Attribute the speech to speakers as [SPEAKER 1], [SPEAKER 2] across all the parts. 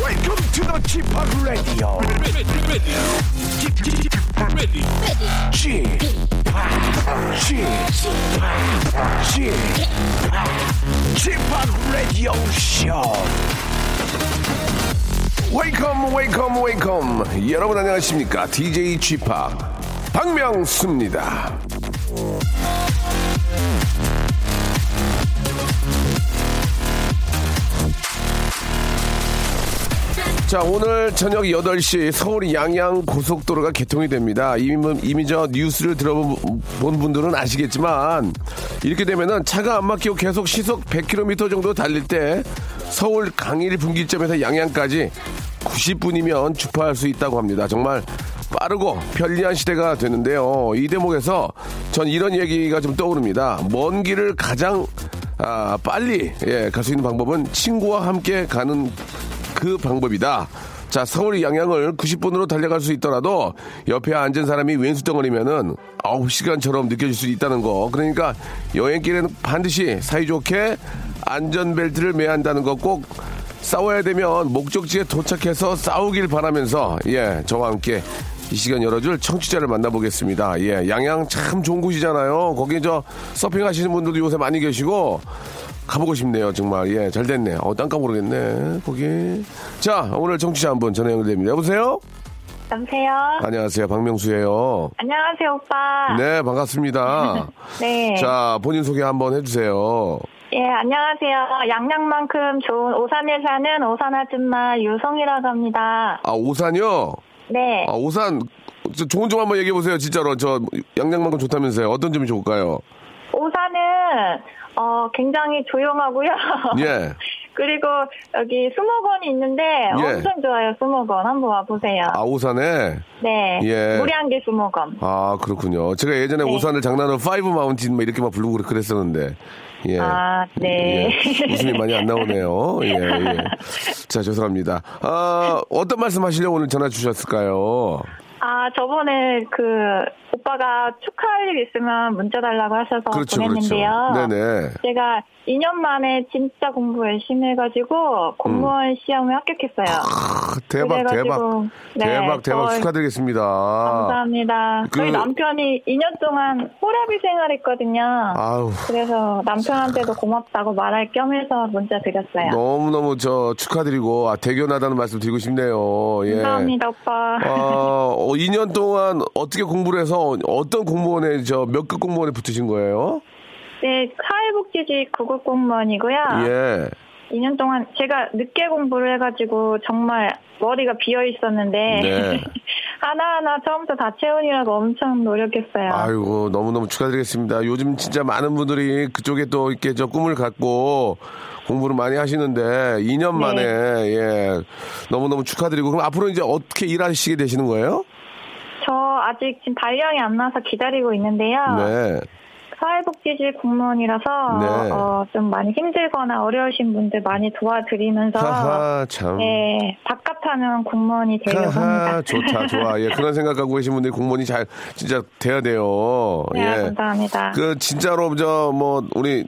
[SPEAKER 1] Welcome to the g p o p Radio. g p g p g p Radio Show. Welcome, welcome, welcome. 여러분 안녕하십니까? DJ g p 박명수입니다. 자, 오늘 저녁 8시 서울 양양 고속도로가 개통이 됩니다. 이미, 이미 저 뉴스를 들어본 분들은 아시겠지만, 이렇게 되면은 차가 안 막히고 계속 시속 100km 정도 달릴 때 서울 강일 분기점에서 양양까지 90분이면 주파할 수 있다고 합니다. 정말 빠르고 편리한 시대가 되는데요. 이 대목에서 전 이런 얘기가 좀 떠오릅니다. 먼 길을 가장 아, 빨리 갈 수 있는 방법은 친구와 함께 가는 그 방법이다. 자, 서울 양양을 90분으로 달려갈 수 있더라도 옆에 앉은 사람이 왼수 덩어리면은 9시간처럼 느껴질 수 있다는 거. 그러니까 여행길에는 반드시 사이좋게 안전벨트를 매야 한다는 거 꼭 싸워야 되면 목적지에 도착해서 싸우길 바라면서 예, 저와 함께 이 시간 열어줄 청취자를 만나보겠습니다. 예, 양양 참 좋은 곳이잖아요. 거기 저 서핑하시는 분들도 요새 많이 계시고 가보고 싶네요, 정말. 예, 잘 됐네. 어, 땅값 모르겠네, 거기. 자, 오늘 정치자 한 분 전화 연결됩니다. 여보세요?
[SPEAKER 2] 여보세요?
[SPEAKER 1] 안녕하세요, 박명수예요.
[SPEAKER 2] 안녕하세요, 오빠.
[SPEAKER 1] 아. 네, 반갑습니다.
[SPEAKER 2] 네.
[SPEAKER 1] 자, 본인 소개 한번 해주세요.
[SPEAKER 2] 예, 안녕하세요. 양양만큼 좋은 오산에 사는 오산 아줌마 유성이라고 합니다.
[SPEAKER 1] 아, 오산이요?
[SPEAKER 2] 네.
[SPEAKER 1] 아, 오산. 저 좋은 점 한번 얘기해보세요, 진짜로. 저, 양양만큼 좋다면서요. 어떤 점이 좋을까요?
[SPEAKER 2] 오산은, 어, 굉장히 조용하고요.
[SPEAKER 1] 예.
[SPEAKER 2] 그리고 여기 수목원이 있는데
[SPEAKER 1] 예.
[SPEAKER 2] 엄청 좋아요, 수목원. 한번 와보세요.
[SPEAKER 1] 아, 오산에?
[SPEAKER 2] 네.
[SPEAKER 1] 예.
[SPEAKER 2] 무량계 수목원.
[SPEAKER 1] 아, 그렇군요. 제가 예전에
[SPEAKER 2] 네.
[SPEAKER 1] 오산을 장난으로 파이브 마운틴 막 이렇게 막 부르고 그랬- 그랬었는데. 예.
[SPEAKER 2] 아, 네.
[SPEAKER 1] 예. 웃음이 많이 안 나오네요. 예, 예. 자, 죄송합니다. 아, 어떤 말씀 하시려고 오늘 전화 주셨을까요?
[SPEAKER 2] 아, 저번에 그, 오빠가 축하할 일 있으면 문자 달라고 하셔서
[SPEAKER 1] 그렇죠, 그렇죠.
[SPEAKER 2] 보냈는데요.
[SPEAKER 1] 네네.
[SPEAKER 2] 제가 2년 만에 진짜 공부 열심히 해가지고
[SPEAKER 1] 음.
[SPEAKER 2] 공무원 시험에 합격했어요.
[SPEAKER 1] 크, 대박, 대박.
[SPEAKER 2] 그래가지고, 네,
[SPEAKER 1] 대박, 대박.
[SPEAKER 2] 저희-
[SPEAKER 1] 축하드리겠습니다.
[SPEAKER 2] 감사합니다.
[SPEAKER 1] 아. 그-
[SPEAKER 2] 저희 남편이 2년 동안 호라비 생활했거든요.
[SPEAKER 1] 아우.
[SPEAKER 2] 그래서 남편한테도 고맙다고 말할 겸해서 문자 드렸어요.
[SPEAKER 1] 너무너무 저 축하드리고, 아, 대견하다는 말씀 드리고 싶네요. 예.
[SPEAKER 2] 감사합니다, 오빠.
[SPEAKER 1] 아, 어, 2년 동안 어떻게 공부를 해서 어떤 공무원에, 저, 몇 급 공무원에 붙으신 거예요?
[SPEAKER 2] 네, 사회복지직 구급 공무원이고요.
[SPEAKER 1] 예.
[SPEAKER 2] 2년 동안 제가 늦게 공부를 해가지고 정말 머리가 비어 있었는데
[SPEAKER 1] 네.
[SPEAKER 2] 하나하나 처음부터 다 채우느라고 엄청 노력했어요.
[SPEAKER 1] 아이고 너무너무 축하드리겠습니다. 요즘 진짜 많은 분들이 그쪽에 또 이렇게 저 꿈을 갖고 공부를 많이 하시는데 2년
[SPEAKER 2] 네.
[SPEAKER 1] 만에 예 너무너무 축하드리고 그럼 앞으로 이제 어떻게 일하시게 되시는 거예요?
[SPEAKER 2] 저 아직 지금 발령이 안 나서 기다리고 있는데요.
[SPEAKER 1] 네.
[SPEAKER 2] 사회복지직 공무원이라서
[SPEAKER 1] 네.
[SPEAKER 2] 어, 좀 많이 힘들거나 어려우신 분들 많이 도와드리면서
[SPEAKER 1] 하하 참.
[SPEAKER 2] 예, 바깥하는 공무원이 되려고
[SPEAKER 1] 하하
[SPEAKER 2] 합니다.
[SPEAKER 1] 좋다 좋아 예 그런 생각하고 계신 분들이 공무원이 잘 진짜 돼야 돼요.
[SPEAKER 2] 네,
[SPEAKER 1] 예.
[SPEAKER 2] 감사합니다.
[SPEAKER 1] 그 진짜로 저 뭐 우리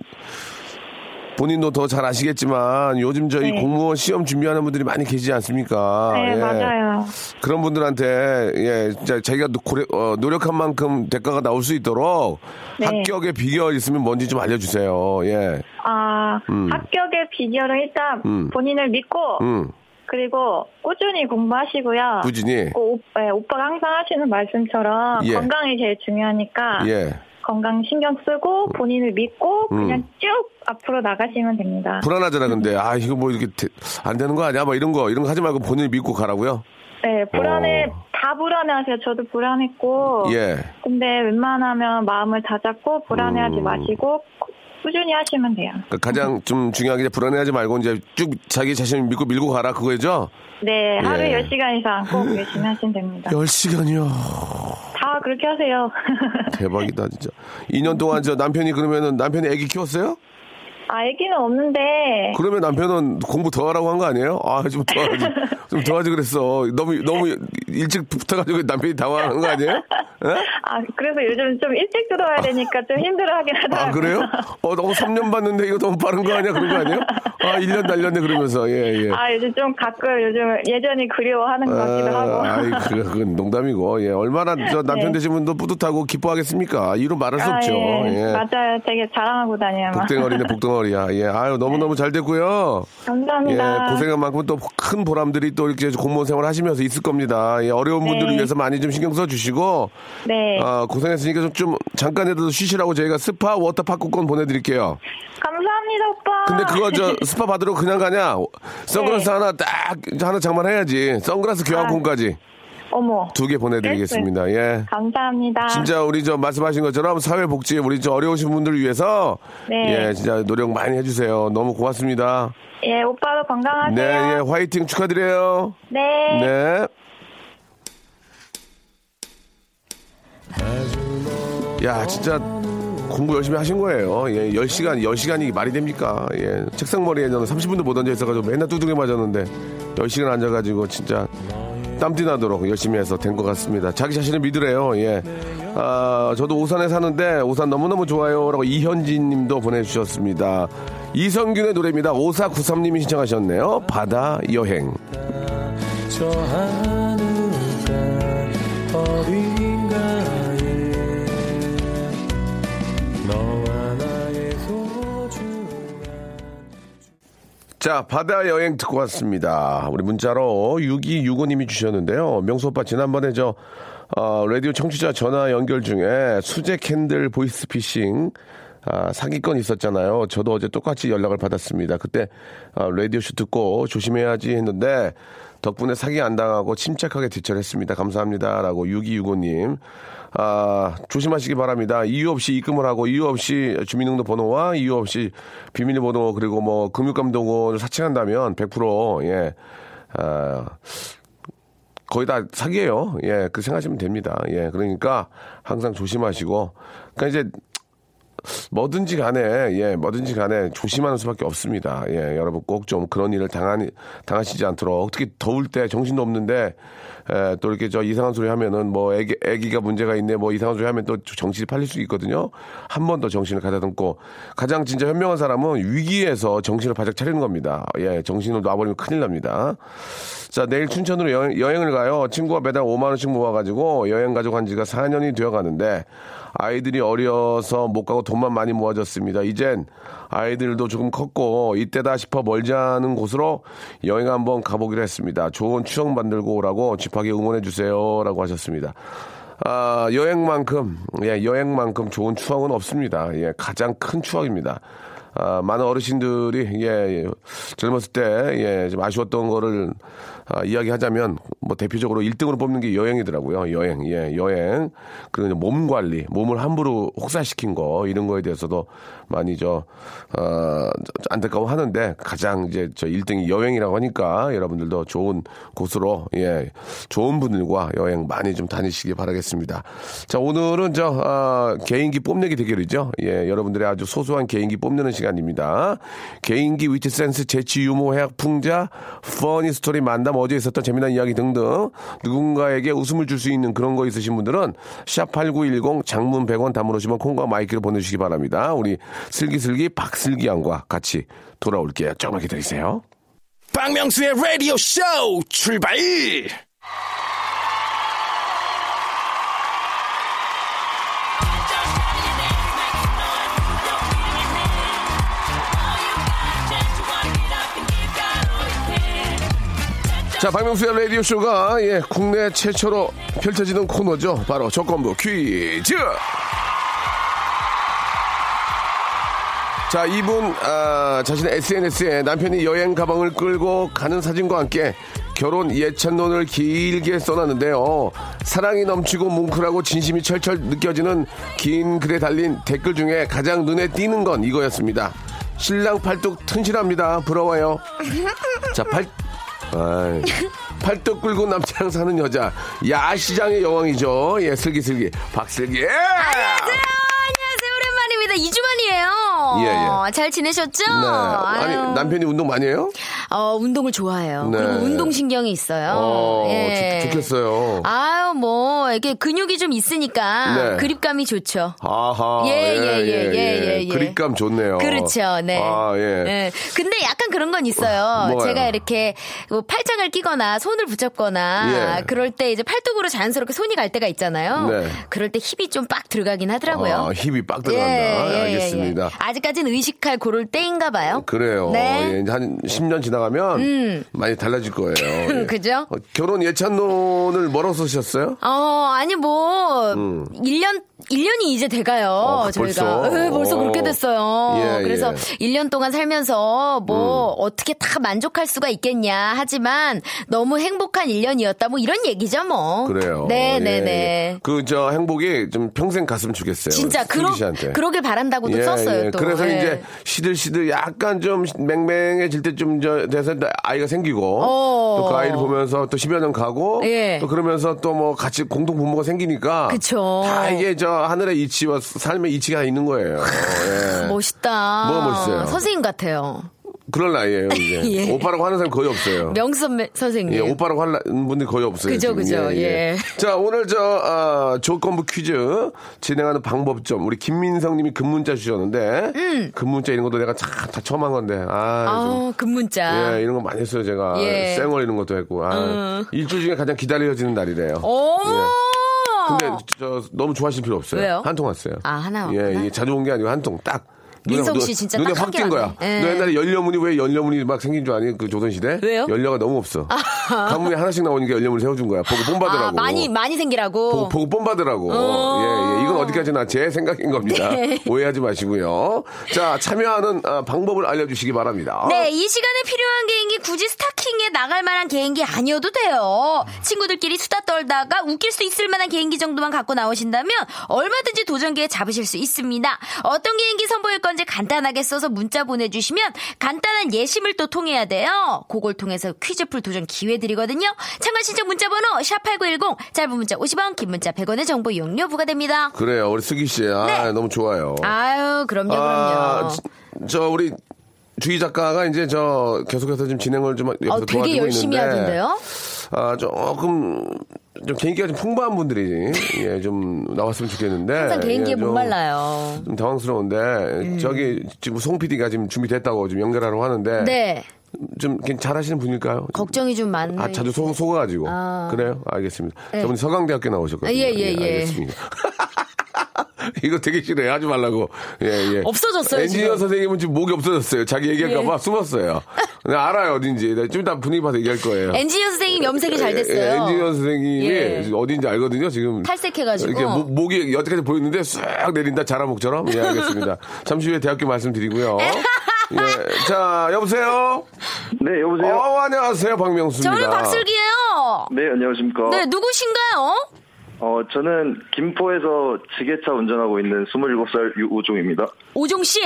[SPEAKER 1] 본인도 더 잘 아시겠지만 요즘 저희
[SPEAKER 2] 네.
[SPEAKER 1] 공무원 시험 준비하는 분들이 많이 계시지 않습니까?
[SPEAKER 2] 네,
[SPEAKER 1] 예.
[SPEAKER 2] 맞아요.
[SPEAKER 1] 그런 분들한테 예 진짜 자기가 노- 고래- 어, 노력한 만큼 대가가 나올 수 있도록
[SPEAKER 2] 네.
[SPEAKER 1] 합격의 비결 있으면 뭔지 좀 알려주세요. 예.
[SPEAKER 2] 아, 합격의 비결은 일단
[SPEAKER 1] 음.
[SPEAKER 2] 본인을 믿고
[SPEAKER 1] 음.
[SPEAKER 2] 그리고 꾸준히 공부하시고요.
[SPEAKER 1] 꾸준히.
[SPEAKER 2] 그 오, 네, 오빠가 항상 하시는 말씀처럼
[SPEAKER 1] 예.
[SPEAKER 2] 건강이 제일 중요하니까
[SPEAKER 1] 예.
[SPEAKER 2] 건강 신경 쓰고
[SPEAKER 1] 음.
[SPEAKER 2] 본인을 믿고 그냥 쭉 앞으로 나가시면 됩니다.
[SPEAKER 1] 불안하잖아 근데 아 이거 뭐 이렇게 대- 안 되는 거 아니야? 막 이런 거 이런 거 하지 말고 본인 믿고 가라고요.
[SPEAKER 2] 네, 불안해
[SPEAKER 1] 어.
[SPEAKER 2] 다 불안해하세요. 저도 불안했고.
[SPEAKER 1] 예.
[SPEAKER 2] 근데 웬만하면 마음을 다잡고 불안해하지
[SPEAKER 1] 음.
[SPEAKER 2] 마시고 꾸- 꾸준히 하시면 돼요.
[SPEAKER 1] 그러니까 가장 좀 중요한 게 이제 불안해하지 말고 이제 쭉 자기 자신을 믿고 밀고 가라 그거죠?
[SPEAKER 2] 네, 하루
[SPEAKER 1] 예.
[SPEAKER 2] 10시간 이상 꼭 열심히 하시면 됩니다.
[SPEAKER 1] 10시간이요.
[SPEAKER 2] 다 그렇게 하세요.
[SPEAKER 1] 대박이다 진짜. 2년 동안 저 남편이 그러면은 남편이 아기 키웠어요?
[SPEAKER 2] 아, 애기는 없는데
[SPEAKER 1] 그러면 남편은 공부 더 하라고 한 거 아니에요? 아, 좀 도와줘. 좀 도와줘 그랬어. 너무, 너무 일찍 붙어가지고 남편이 당황하는 거 아니에요? 예?
[SPEAKER 2] 아, 그래서 요즘 좀 일찍 들어와야 되니까 좀 힘들어 하긴 하다.
[SPEAKER 1] 아, 그래요? 어, 너무 3년 봤는데 이거 너무 빠른 거 아니야? 그런 거 아니에요? 아, 1년 날렸네 그러면서. 예, 예.
[SPEAKER 2] 아, 요즘 좀 가끔 요즘 예전이 그리워하는 것 같기도 하고.
[SPEAKER 1] 아, 이 그, 그건 농담이고, 예. 얼마나 저 남편
[SPEAKER 2] 네.
[SPEAKER 1] 되신 분도 뿌듯하고 기뻐하겠습니까? 이로 말할 수
[SPEAKER 2] 아,
[SPEAKER 1] 없죠. 예.
[SPEAKER 2] 맞아요. 되게 자랑하고 다녀요. 막.
[SPEAKER 1] 복덩어리네, 복덩어리야. 예. 아유, 너무너무 잘 됐고요.
[SPEAKER 2] 감사합니다.
[SPEAKER 1] 예, 고생한 만큼 또 큰 보람들이 또 이렇게 공무원 생활 하시면서 있을 겁니다. 예, 어려운
[SPEAKER 2] 네.
[SPEAKER 1] 분들을 위해서 많이 좀 신경 써주시고,
[SPEAKER 2] 네.
[SPEAKER 1] 아, 고생했으니까 좀, 좀 잠깐이라도 쉬시라고 저희가 스파 워터파크권 보내드릴게요.
[SPEAKER 2] 감사합니다, 오빠.
[SPEAKER 1] 근데 그거 저 스파 받으러 그냥 가냐? 선글라스
[SPEAKER 2] 아. 네.
[SPEAKER 1] 하나 딱, 하나 장만해야지. 선글라스 교환권까지
[SPEAKER 2] 아. 어머.
[SPEAKER 1] 두 개
[SPEAKER 2] 네,
[SPEAKER 1] 보내드리겠습니다. 예.
[SPEAKER 2] 감사합니다.
[SPEAKER 1] 진짜 우리 저 말씀하신 것처럼 사회복지 우리 저 어려우신 분들을 위해서
[SPEAKER 2] 네.
[SPEAKER 1] 예 진짜 노력 많이 해주세요. 너무 고맙습니다.
[SPEAKER 2] 예, 오빠도
[SPEAKER 1] 네, 예,
[SPEAKER 2] 건강하세요.
[SPEAKER 1] 화이팅 축하드려요.
[SPEAKER 2] 네.
[SPEAKER 1] 네. 네. 야, 진짜 공부 열심히 하신 거예요. 예, 10시간, 10시간이 말이 됩니까? 예, 책상머리에 저는 30분도 못 앉아 있어가지고 맨날 두둥이 맞았는데 10시간 앉아가지고 진짜 땀띠 나도록 열심히 해서 된 것 같습니다. 자기 자신을 믿으래요. 예. 아, 저도 오산에 사는데 오산 너무너무 좋아요. 라고 이현진 님도 보내주셨습니다. 이성균의 노래입니다. 5493님이 신청하셨네요. 바다 여행.
[SPEAKER 3] 저 하늘가 어딘가에 너와 나의 소중한
[SPEAKER 1] 자, 바다 여행 듣고 왔습니다. 우리 문자로 6265님이 주셨는데요. 명수 오빠, 지난번에 저, 어, 라디오 청취자 전화 연결 중에 수제 캔들 보이스피싱, 아, 사기건 있었잖아요. 저도 어제 똑같이 연락을 받았습니다. 그때, 아, 라디오쇼 듣고 조심해야지 했는데, 덕분에 사기 안 당하고 침착하게 대처했습니다. 감사합니다. 라고 6265님. 아, 조심하시기 바랍니다. 이유 없이 입금을 하고, 이유 없이 주민등록 번호와 이유 없이 비밀번호, 그리고 뭐, 금융감독원을 사칭한다면 100%, 예, 아, 거의 다 사기예요. 예, 그 생각하시면 됩니다. 예, 그러니까 항상 조심하시고, 그러니까 이제 뭐든지 간에 예 뭐든지 간에 조심하는 수밖에 없습니다. 예 여러분 꼭 좀 그런 일을 당한 당하시지 않도록 특히 더울 때 정신도 없는데 예, 또 이렇게 저 이상한 소리 하면은 뭐 애기 애기가 문제가 있네 뭐 이상한 소리 하면 또 정신이 팔릴 수 있거든요. 한 번 더 정신을 가다듬고 가장 진짜 현명한 사람은 위기에서 정신을 바짝 차리는 겁니다. 예 정신을 놔버리면 큰일 납니다. 자, 내일 춘천으로 여행, 을 가요. 친구가 매달 5만원씩 모아가지고 여행 가져간 지가 4년이 되어 가는데 아이들이 어려서 못 가고 돈만 많이 모아졌습니다. 이젠 아이들도 조금 컸고 이때다 싶어 멀지 않은 곳으로 여행 한번 가보기로 했습니다. 좋은 추억 만들고 오라고 집하게 응원해주세요. 라고 하셨습니다. 아, 여행만큼, 예, 여행만큼 좋은 추억은 없습니다. 예, 가장 큰 추억입니다. 아, 많은 어르신들이, 예, 예, 젊었을 때, 예, 좀 아쉬웠던 거를, 아, 이야기하자면, 뭐, 대표적으로 1등으로 뽑는 게 여행이더라고요. 여행, 예, 여행. 그리고 이제 몸 관리, 몸을 함부로 혹사시킨 거, 이런 거에 대해서도 많이 저, 어, 안타까워 하는데, 가장 이제 저 1등이 여행이라고 하니까, 여러분들도 좋은 곳으로, 예, 좋은 분들과 여행 많이 좀 다니시기 바라겠습니다. 자, 오늘은 저, 아, 개인기 뽐내기 대결이죠. 예, 여러분들의 아주 소소한 개인기 뽐내는 시간입니다. 개인기 위트 센스 재치 유머 해학 풍자 퍼니 스토리 만담 어제 있었던 재미난 이야기 등등 누군가에게 웃음을 줄 수 있는 그런 거 있으신 분들은 샵8910 장문 100원 담으시면 콩과 마이크를 보내주시기 바랍니다. 우리 슬기슬기 박슬기양과 같이 돌아올게요. 조금만 기다리세요.
[SPEAKER 4] 박명수의 라디오 쇼 출발!
[SPEAKER 1] 자, 박명수의 라디오쇼가 예, 국내 최초로 펼쳐지는 코너죠. 바로 조건부 퀴즈! 자, 이분, 아, 자신의 SNS에 남편이 여행 가방을 끌고 가는 사진과 함께 결혼 예찬론을 길게 써놨는데요. 사랑이 넘치고 뭉클하고 진심이 철철 느껴지는 긴 글에 달린 댓글 중에 가장 눈에 띄는 건 이거였습니다. 신랑 팔뚝 튼실합니다. 부러워요. 자, 팔, 아이, 팔뚝 끌고 남자랑 사는 여자. 야시장의 여왕이죠. 예, 슬기슬기. 박슬기. 네.
[SPEAKER 5] 안녕하세요. 안녕하세요. 오랜만입니다. 2주 만이에요.
[SPEAKER 1] 예, 예.
[SPEAKER 5] 잘 지내셨죠?
[SPEAKER 1] 네. 아니,
[SPEAKER 5] 아유.
[SPEAKER 1] 남편이 운동 많이 해요?
[SPEAKER 5] 어, 운동을 좋아해요.
[SPEAKER 1] 네.
[SPEAKER 5] 그리고 운동신경이 있어요.
[SPEAKER 1] 어,
[SPEAKER 5] 예.
[SPEAKER 1] 좋, 겠어요
[SPEAKER 5] 아유, 뭐, 이게 근육이 좀 있으니까
[SPEAKER 1] 네.
[SPEAKER 5] 그립감이 좋죠.
[SPEAKER 1] 아하.
[SPEAKER 5] 예, 예, 예, 예, 예.
[SPEAKER 1] 그립감 좋네요.
[SPEAKER 5] 그렇죠, 네.
[SPEAKER 1] 어. 아, 예.
[SPEAKER 5] 예. 근데 약간 그런 건 있어요.
[SPEAKER 1] 뭐예요?
[SPEAKER 5] 제가 이렇게 뭐 팔짱을 끼거나 손을 붙잡거나
[SPEAKER 1] 예.
[SPEAKER 5] 그럴 때 이제 팔뚝으로 자연스럽게 손이 갈 때가 있잖아요.
[SPEAKER 1] 네.
[SPEAKER 5] 그럴 때 힘이 좀 빡 들어가긴 하더라고요.
[SPEAKER 1] 아, 힙이 빡 들어간다. 알겠습니다.
[SPEAKER 5] 예, 아직까진 의식할 고를 때인가 봐요.
[SPEAKER 1] 그래요.
[SPEAKER 5] 네. 음.
[SPEAKER 1] 예, 이제 한 10년 지나가면 많이 달라질 거예요. 예.
[SPEAKER 5] 그죠?
[SPEAKER 1] 어, 결혼 예찬론을 뭐라고 쓰셨어요?
[SPEAKER 5] 어, 아니, 뭐, 일 1년, 1년이 이제 돼가요,
[SPEAKER 1] 어,
[SPEAKER 5] 저희가.
[SPEAKER 1] 음. 벌써?
[SPEAKER 5] 에, 벌써
[SPEAKER 1] 어.
[SPEAKER 5] 그렇게 됐어요.
[SPEAKER 1] 예, 음.
[SPEAKER 5] 그래서
[SPEAKER 1] 예.
[SPEAKER 5] 1년 동안 살면서 뭐, 어떻게 다 만족할 수가 있겠냐. 하지만 너무 행복한 1년이었다. 뭐, 이런 얘기죠, 뭐.
[SPEAKER 1] 그래요.
[SPEAKER 5] 네,
[SPEAKER 1] 예,
[SPEAKER 5] 네,
[SPEAKER 1] 예.
[SPEAKER 5] 네.
[SPEAKER 1] 그, 저, 행복이 좀 평생 갔으면 좋겠어요.
[SPEAKER 5] 진짜,
[SPEAKER 1] 슬기
[SPEAKER 5] 그러,
[SPEAKER 1] 씨한테.
[SPEAKER 5] 그러길 바란다고도
[SPEAKER 1] 예,
[SPEAKER 5] 썼어요,
[SPEAKER 1] 예.
[SPEAKER 5] 또.
[SPEAKER 1] 그래서
[SPEAKER 5] 예.
[SPEAKER 1] 이제 시들시들 약간 좀 맹맹해질 때 좀 저 돼서 아이가 생기고
[SPEAKER 5] 어.
[SPEAKER 1] 또 그 아이를 보면서 또 10여 년 가고
[SPEAKER 5] 예.
[SPEAKER 1] 또 그러면서 또 뭐 같이 공동 부모가 생기니까
[SPEAKER 5] 그쵸.
[SPEAKER 1] 다 이게 저 하늘의 이치와 삶의 이치가 있는 거예요. 예.
[SPEAKER 5] 멋있다.
[SPEAKER 1] 뭐가 멋있어요?
[SPEAKER 5] 선생님 같아요.
[SPEAKER 1] 그런 나이에요. 이제.
[SPEAKER 5] 예.
[SPEAKER 1] 오빠라고 하는 사람 거의 없어요.
[SPEAKER 5] 명수 선배- 선생님.
[SPEAKER 1] 예, 오빠라고 하는 분들이 거의 없어요.
[SPEAKER 5] 그죠,
[SPEAKER 1] 지금.
[SPEAKER 5] 그죠, 예.
[SPEAKER 1] 자, 오늘 저, 아, 조건부 퀴즈 진행하는 방법점. 우리 김민성 님이 금문자 주셨는데. 금문자 이런 것도 내가 참 다 처음 한 건데. 아.
[SPEAKER 5] 음. 아, 금문자.
[SPEAKER 1] 좀. 예, 이런 거 많이 했어요, 제가.
[SPEAKER 5] 예. 어.
[SPEAKER 1] 쌩얼 이런 것도 했고. 아, 일주일 중에 가장 기다려지는 날이래요.
[SPEAKER 5] 오!
[SPEAKER 1] 예.
[SPEAKER 5] 아,
[SPEAKER 1] 근데 저 너무 좋아하실 필요 없어요.
[SPEAKER 5] 어. 왜요?
[SPEAKER 1] 한 통 왔어요.
[SPEAKER 5] 아, 하나
[SPEAKER 1] 예,
[SPEAKER 5] 왔구나.
[SPEAKER 1] 이게 자주 온 게 아니고 한 통 딱.
[SPEAKER 5] 민성
[SPEAKER 1] 눈에-
[SPEAKER 5] 씨 진짜
[SPEAKER 1] 눈에
[SPEAKER 5] 딱
[SPEAKER 1] 확
[SPEAKER 5] 한개
[SPEAKER 1] 띈 거야.
[SPEAKER 5] 왔네. 예.
[SPEAKER 1] 너 옛날에 열려문이 왜 열려문이 막 생긴 줄 아니? 그 조선시대?
[SPEAKER 5] 왜요?
[SPEAKER 1] 열려가 너무 없어. 가문이 하나씩 나오니까 열려문을 세워준 거야. 보고 뽐받으라고.
[SPEAKER 5] 아, 많이, 많이 생기라고.
[SPEAKER 1] 보고, 보고 뽐받으라고.
[SPEAKER 5] 어. 네.
[SPEAKER 1] 예, 예. 이건 어디까지나 제 생각인 겁니다. 오해하지 마시고요. 자, 참여하는 아, 방법을 알려주시기 바랍니다.
[SPEAKER 5] 네, 이 시간에 필요한 개인기 굳이 스타킹에 나갈 만한 개인기 아니어도 돼요. 친구들끼리 수다 떨다가 웃길 수 있을 만한 개인기 정도만 갖고 나오신다면 얼마든지 도전기에 잡으실 수 있습니다. 어떤 개인기 선보일 건지 간단하게 써서 문자 보내주시면 간단한 예심을 또 통해야 돼요. 그걸 통해서 퀴즈풀 도전 기회 드리거든요. 참가 신청 문자 번호 샵8910 짧은 문자 50원 긴 문자 100원의 정보 이용료 부과됩니다.
[SPEAKER 1] 그래요. 우리 슬기 씨. 아,
[SPEAKER 5] 네.
[SPEAKER 1] 너무 좋아요.
[SPEAKER 5] 아유, 그럼요,
[SPEAKER 1] 아,
[SPEAKER 5] 그럼요.
[SPEAKER 1] 지- 저 우리 주희 작가가 이제 저 계속해서 지금 진행을 좀 옆에서
[SPEAKER 5] 어, 되게
[SPEAKER 1] 도와주고
[SPEAKER 5] 열심히
[SPEAKER 1] 있는데
[SPEAKER 5] 하던데요?
[SPEAKER 1] 아 조금 좀 개인기가 좀 풍부한 분들이 예좀 나왔으면 좋겠는데
[SPEAKER 5] 항상 개인기에
[SPEAKER 1] 예, 좀-
[SPEAKER 5] 목말라요. 음.
[SPEAKER 1] 좀 당황스러운데 저기 지금 송 PD가 지금 준비됐다고 지금 연결하러 하는데
[SPEAKER 5] 네.
[SPEAKER 1] 좀 괜- 잘하시는 분일까요? 좀-
[SPEAKER 5] 걱정이 좀 많네.
[SPEAKER 1] 아 자주 속 속아가지고
[SPEAKER 5] 아. 네.
[SPEAKER 1] 그래요? 알겠습니다. 저분이 서강대학교 나오셨거든요.
[SPEAKER 5] 예, 예, 예.
[SPEAKER 1] 알겠습니다. 이거 되게 싫어요. 하지 말라고. 예, 예.
[SPEAKER 5] 없어졌어요,
[SPEAKER 1] 엔지니어
[SPEAKER 5] 지금. 예.
[SPEAKER 1] 선생님은 지금 목이 없어졌어요. 자기 얘기할까봐 숨었어요. 내가 알아요, 어딘지. 내가 좀 이따 분위기 봐서 얘기할 거예요.
[SPEAKER 5] 엔지니어 선생님 염색이 잘 됐어요.
[SPEAKER 1] 예, 엔지니어 선생님이
[SPEAKER 5] 예.
[SPEAKER 1] 어딘지 알거든요, 지금.
[SPEAKER 5] 탈색해가지고.
[SPEAKER 1] 이렇게 목, 목이 여태까지 보였는데 싹 내린다, 자라목처럼. 예, 알겠습니다. 잠시 후에 대학교 말씀드리고요. 예. 자, 여보세요?
[SPEAKER 6] 네, 여보세요?
[SPEAKER 1] 어, 안녕하세요, 박명수입니다.
[SPEAKER 5] 저는 박슬기예요.
[SPEAKER 6] 네, 안녕하십니까.
[SPEAKER 1] 어?
[SPEAKER 5] 네, 누구신가요?
[SPEAKER 6] 어, 저는 김포에서 지게차 운전하고 있는 27살 유우종입니다.
[SPEAKER 5] 오종 씨.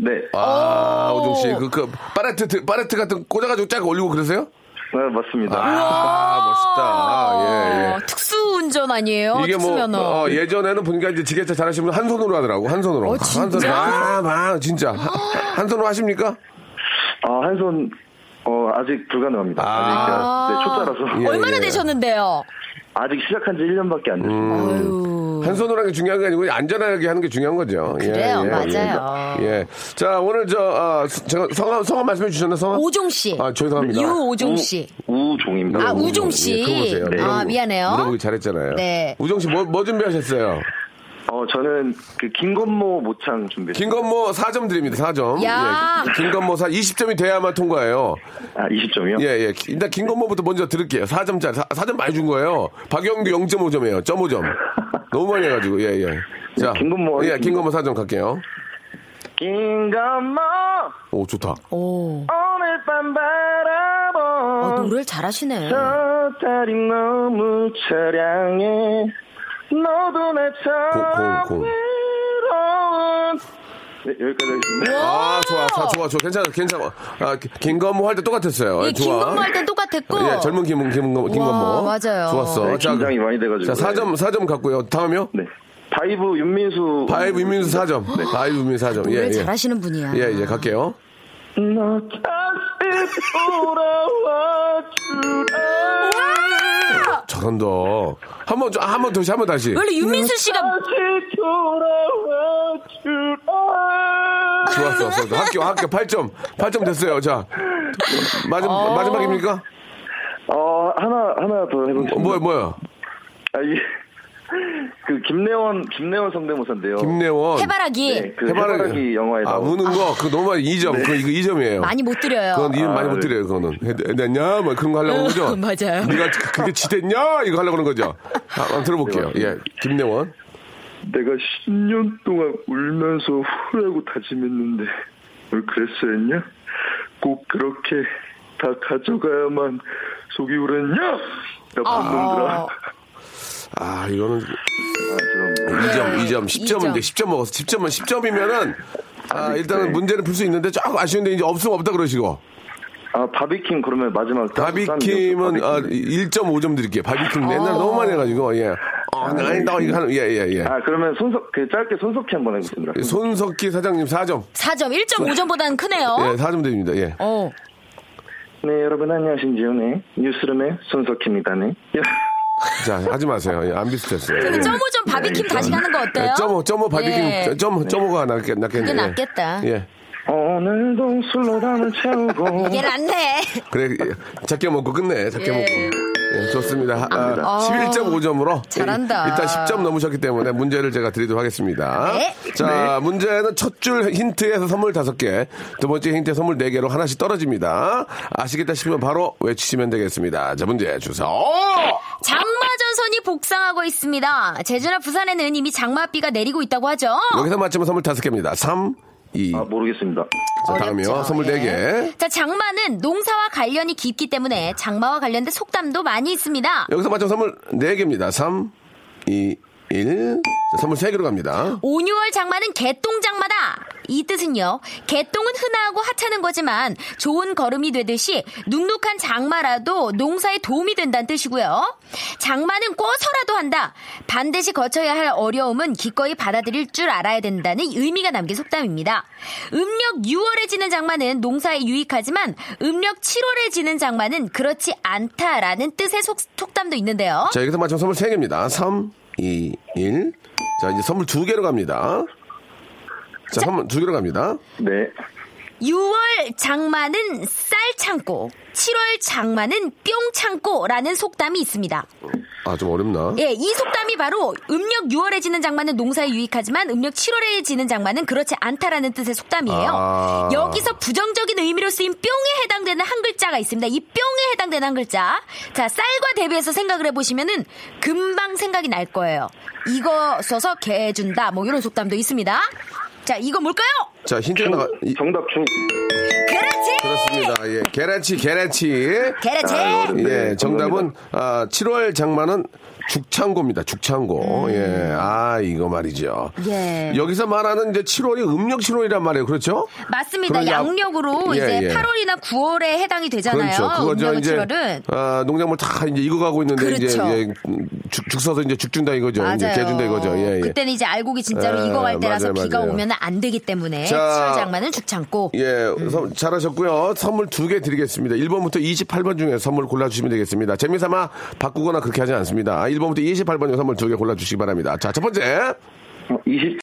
[SPEAKER 6] 네,
[SPEAKER 1] 아,
[SPEAKER 5] 오.
[SPEAKER 1] 오종 씨, 그, 그, 파레트, 파레트 같은 거 꽂아가지고 쫙 올리고 그러세요?
[SPEAKER 6] 네, 맞습니다.
[SPEAKER 1] 아, 멋있다. 예, 예.
[SPEAKER 5] 어, 특수 운전 아니에요?
[SPEAKER 1] 이게
[SPEAKER 5] 특수
[SPEAKER 1] 뭐,
[SPEAKER 5] 면허.
[SPEAKER 1] 어, 예전에는 보니까 이제 지게차 잘하시면 한 손으로 하더라고, 한 손으로.
[SPEAKER 5] 어,
[SPEAKER 1] 한 손으로.
[SPEAKER 5] 진짜?
[SPEAKER 1] 아, 아, 진짜. 한, 한 손으로 하십니까?
[SPEAKER 6] 아, 한 손, 어, 아직 불가능합니다. 아직, 제가, 네, 초짜라서.
[SPEAKER 1] 예,
[SPEAKER 5] 얼마나
[SPEAKER 1] 예.
[SPEAKER 5] 되셨는데요?
[SPEAKER 1] 음.
[SPEAKER 5] 어,
[SPEAKER 6] 아직 시작한 지 1년밖에 안 됐습니다.
[SPEAKER 5] 아유. 아이고.
[SPEAKER 1] 한 손으로 하는 게 중요한 게 아니고 안전하게 하는 게 중요한 거죠. 예,
[SPEAKER 5] 그래요,
[SPEAKER 1] 예,
[SPEAKER 5] 맞아요.
[SPEAKER 1] 예. 예. 자, 오늘 저, 아, 수- 제가 성함, 성함 말씀해 주셨나, 성함?
[SPEAKER 5] 오종 씨.
[SPEAKER 1] 아, 죄송합니다.
[SPEAKER 5] 유오종 씨.
[SPEAKER 6] 우종입니다.
[SPEAKER 5] 아,
[SPEAKER 1] 물어보고,
[SPEAKER 5] 우종 씨.
[SPEAKER 1] 예, 그거 보세요.
[SPEAKER 5] 아,
[SPEAKER 1] 물어보고,
[SPEAKER 5] 미안해요.
[SPEAKER 1] 물어보기 잘했잖아요.
[SPEAKER 5] 네.
[SPEAKER 1] 우정 씨, 뭐, 뭐 준비하셨어요?
[SPEAKER 6] 어, 저는 그 김건모 모창 준비.
[SPEAKER 1] 김건모 뭐 4점 드립니다, 4점.
[SPEAKER 5] 야.
[SPEAKER 1] 예, 김건모 4, 20점이 돼야만 통과해요.
[SPEAKER 6] 아, 20점이요?
[SPEAKER 1] 예, 예. 일단 김건모부터 먼저 들을게요. 4점짜리. 4, 점 많이 준 거예요. 박영도 0.5점이에요. 점 5점. 너무 많이 해가지고, 예, 예. 자.
[SPEAKER 6] 김건모, 뭐
[SPEAKER 1] 예, 김건모 4점 갈게요.
[SPEAKER 6] 김건모
[SPEAKER 1] 오, 좋다.
[SPEAKER 5] 오.
[SPEAKER 6] 오늘 밤
[SPEAKER 5] 아,
[SPEAKER 6] 바라본
[SPEAKER 5] 노래를
[SPEAKER 1] 아,
[SPEAKER 5] 잘하시네.
[SPEAKER 6] 저 달이 너무 처량해 너도
[SPEAKER 1] 고,
[SPEAKER 6] 내처럼
[SPEAKER 1] 고, 고.
[SPEAKER 6] 외로운 네, 여기까지 하겠습니다.
[SPEAKER 1] 아, 좋아, 좋아, 좋아, 좋아. 괜찮아, 괜찮아. 아, 기- 김건모 할 때 똑같았어요.
[SPEAKER 5] 예,
[SPEAKER 1] 좋아.
[SPEAKER 5] 김건모 할 땐 똑같았고.
[SPEAKER 1] 예, 젊은 김, 김, 김건모. 뭐.
[SPEAKER 5] 와, 맞아요.
[SPEAKER 1] 좋았어.
[SPEAKER 6] 네, 긴장이 많이
[SPEAKER 1] 자,
[SPEAKER 6] 돼가지고.
[SPEAKER 1] 4점, 4점 갖고요. 다음이요?
[SPEAKER 6] 네. 바이브 윤민수
[SPEAKER 1] 바이브 민수 4점. 바이브 민수 4점.
[SPEAKER 5] 노래
[SPEAKER 1] 예, 예.
[SPEAKER 5] 잘하시는 분이야.
[SPEAKER 1] 예, 예, 갈게요.
[SPEAKER 6] 너 다시 돌아와 주라
[SPEAKER 1] 저런다. 한 번, 아, 한 번 다시, 한 번 다시.
[SPEAKER 5] 원래 윤민수 씨가
[SPEAKER 6] 다시 돌아와 주라
[SPEAKER 1] 좋았어, 좋았어. 학교, 학교 8점. 8점 됐어요. 자. 마지막, 마지막입니까?
[SPEAKER 6] 어 하나 하나 더 해보겠습니다
[SPEAKER 1] 어, 뭐야, 뭐야.
[SPEAKER 6] 아, 예. 그 김내원 김내원 성대모사인데요
[SPEAKER 1] 김내원.
[SPEAKER 5] 해바라기
[SPEAKER 6] 네, 그 해바라기, 영화에
[SPEAKER 1] 아,
[SPEAKER 6] 나온
[SPEAKER 1] 우는 거. 그거 너무 많이 2점. 그거 이거 2점이에요.
[SPEAKER 5] 많이 못 드려요.
[SPEAKER 1] 그건 이름 많이
[SPEAKER 6] 아,
[SPEAKER 1] 못
[SPEAKER 6] 네.
[SPEAKER 1] 드려요, 그거는. 됐냐? 뭐 그런 거 하려고 그러죠?
[SPEAKER 5] 맞아요.
[SPEAKER 1] 네가 그- 그게 지됐냐? 이거 하려고 그러는 거죠? 아, 한번 들어볼게요.
[SPEAKER 6] 네,
[SPEAKER 1] 예. 김내원.
[SPEAKER 6] 내가 10년 동안 울면서 후회하고 다짐했는데 뭘 그랬어 했냐? 꼭 그렇게 다 가져가야만 속이 우렸냐? 나쁜 놈들아.
[SPEAKER 1] 아, 이거는
[SPEAKER 6] 아, 죄송합니다.
[SPEAKER 1] 2점,
[SPEAKER 5] 예,
[SPEAKER 1] 이 2점,
[SPEAKER 5] 이
[SPEAKER 1] 10점인데, 10점
[SPEAKER 5] 점.
[SPEAKER 1] 먹었어. 10점은, 10점이면은, 아, 일단은 문제는 풀 수 있는데, 조금 아쉬운데, 이제 없으면 없다 그러시고.
[SPEAKER 6] 아, 바비킴 그러면 마지막
[SPEAKER 1] 바비킴은, 아, 1.5점 드릴게요. 바비킴 맨날 너무 많이 해가지고, 예. 어, 나, 나, 이거 하는, 예, 예, 예.
[SPEAKER 6] 아, 그러면 손석 그 짧게 손석희 한번 해보겠습니다.
[SPEAKER 1] 손석희 사장님 4점.
[SPEAKER 5] 4점 1.5점보다는 크네요.
[SPEAKER 1] 예, 4점 드립니다, 예.
[SPEAKER 5] 어.
[SPEAKER 6] 네, 여러분 안녕하신지요? 네, 뉴스룸의 손석희입니다네.
[SPEAKER 1] 자, 하지 마세요. 예, 안 비슷했어요.
[SPEAKER 5] 근데
[SPEAKER 1] 예.
[SPEAKER 5] 점오 점 바비킴 다시 가는 거 어때요?
[SPEAKER 1] 예, 점오, 점오 바비킴,
[SPEAKER 5] 예.
[SPEAKER 1] 점, 점오가 낫겠, 낫겠네.
[SPEAKER 5] 그게
[SPEAKER 1] 예.
[SPEAKER 5] 낫겠다.
[SPEAKER 1] 예.
[SPEAKER 6] 오늘도 술로 담을 채우고
[SPEAKER 5] 얘는 안 내.
[SPEAKER 1] 그래, 예, 작게 먹고 끝내, 작게
[SPEAKER 5] 예. 어,
[SPEAKER 1] 먹고. 예, 좋습니다. 아, 11.5점으로.
[SPEAKER 5] 잘한다.
[SPEAKER 1] 일단 10점 넘으셨기 때문에 문제를 제가 드리도록 하겠습니다.
[SPEAKER 5] 네.
[SPEAKER 1] 자, 문제는 첫 줄 힌트에서 선물 5개, 두 번째 힌트에 선물 4개로 하나씩 떨어집니다. 아시겠다 싶으면 바로 외치시면 되겠습니다. 자, 문제 주세요.
[SPEAKER 5] 장마전선이 복상하고 있습니다. 제주나 부산에는 이미 장마비가 내리고 있다고 하죠.
[SPEAKER 1] 여기서 맞히면 선물 5개입니다. 3, 2,
[SPEAKER 6] 아, 모르겠습니다.
[SPEAKER 1] 자, 다음이요.
[SPEAKER 5] 어렵죠.
[SPEAKER 1] 선물
[SPEAKER 5] 예.
[SPEAKER 1] 4개.
[SPEAKER 5] 자, 장마는 농사와 관련이 깊기 때문에 장마와 관련된 속담도 많이 있습니다.
[SPEAKER 1] 여기서 맞춰 선물 4개입니다. 3, 2, 1. 자, 선물 3개로 갑니다.
[SPEAKER 5] 온유월 장마는 개똥장마다. 이 뜻은요. 개똥은 흔하고 하찮은 거지만 좋은 걸음이 되듯이 눅눅한 장마라도 농사에 도움이 된다는 뜻이고요. 장마는 꿔서라도 한다. 반드시 거쳐야 할 어려움은 기꺼이 받아들일 줄 알아야 된다는 의미가 담긴 속담입니다. 음력 6월에 지는 장마는 농사에 유익하지만 음력 7월에 지는 장마는 그렇지 않다라는 뜻의 속, 속담도 있는데요.
[SPEAKER 1] 자, 여기서 맞춰 선물 3개입니다. 3, 2, 1. 자, 이제 선물 2개로 갑니다. 자, 선물 2개로 갑니다.
[SPEAKER 6] 네.
[SPEAKER 5] 6월 장마는 쌀 창고, 7월 장마는 뿅 창고라는 속담이 있습니다.
[SPEAKER 1] 아, 좀 어렵나?
[SPEAKER 5] 예, 이 속담이 바로 음력 6월에 지는 장마는 농사에 유익하지만 음력 7월에 지는 장마는 그렇지 않다라는 뜻의 속담이에요.
[SPEAKER 1] 아.
[SPEAKER 5] 여기서 부정적인 의미로 쓰인 뿅에 해당되는 한 글자가 있습니다. 이 뿅에 해당되는 한 글자. 자, 쌀과 대비해서 생각을 해보시면은 금방 생각이 날 거예요. 이거 써서 개 준다. 뭐 이런 속담도 있습니다. 자, 이거 뭘까요?
[SPEAKER 1] 자, 힌트가 나가. 이-
[SPEAKER 6] 정답 중.
[SPEAKER 5] 그렇지!
[SPEAKER 1] 그렇습니다. 예. 계란치, 계란치.
[SPEAKER 5] 그렇지!
[SPEAKER 6] 네,
[SPEAKER 1] 예, 정답은 아, 7월 장마는 죽창고입니다. 죽창고. 예. 아, 이거 말이죠.
[SPEAKER 5] 음. 예.
[SPEAKER 1] 여기서 말하는 이제 7월이 음력 7월이란 말이에요. 그렇죠?
[SPEAKER 5] 맞습니다.
[SPEAKER 1] 그럼 야- 예,
[SPEAKER 5] 양력으로 이제
[SPEAKER 1] 예.
[SPEAKER 5] 8월이나 9월에 해당이 되잖아요.
[SPEAKER 1] 그렇죠. 그거죠.
[SPEAKER 5] 음력
[SPEAKER 1] 이제
[SPEAKER 5] 7월은.
[SPEAKER 1] 아, 농작물 다 이제 익어가고 있는데 이제
[SPEAKER 5] 그렇죠.
[SPEAKER 1] 예, 죽, 죽 서서 이제 죽준다 어, 이거죠.
[SPEAKER 5] 맞아요.
[SPEAKER 1] 이제 개준다 이거죠. 예, 예.
[SPEAKER 5] 그때는 이제 알곡이 진짜로
[SPEAKER 1] 아,
[SPEAKER 5] 익어갈 때라서
[SPEAKER 1] 맞아요,
[SPEAKER 5] 비가
[SPEAKER 1] 맞아요.
[SPEAKER 5] 오면 안 되기 때문에
[SPEAKER 1] 자,
[SPEAKER 5] 7월 장마는 죽창고.
[SPEAKER 1] 예, 선- 잘하셨고요. 선물 두 개 드리겠습니다. 1번부터 28번 중에 선물 골라주시면 되겠습니다. 재미삼아 바꾸거나 그렇게 하지 않습니다. 1번부터 28번 여기서 한번 두 개 골라주시기 바랍니다. 자, 첫 번째.
[SPEAKER 6] 20,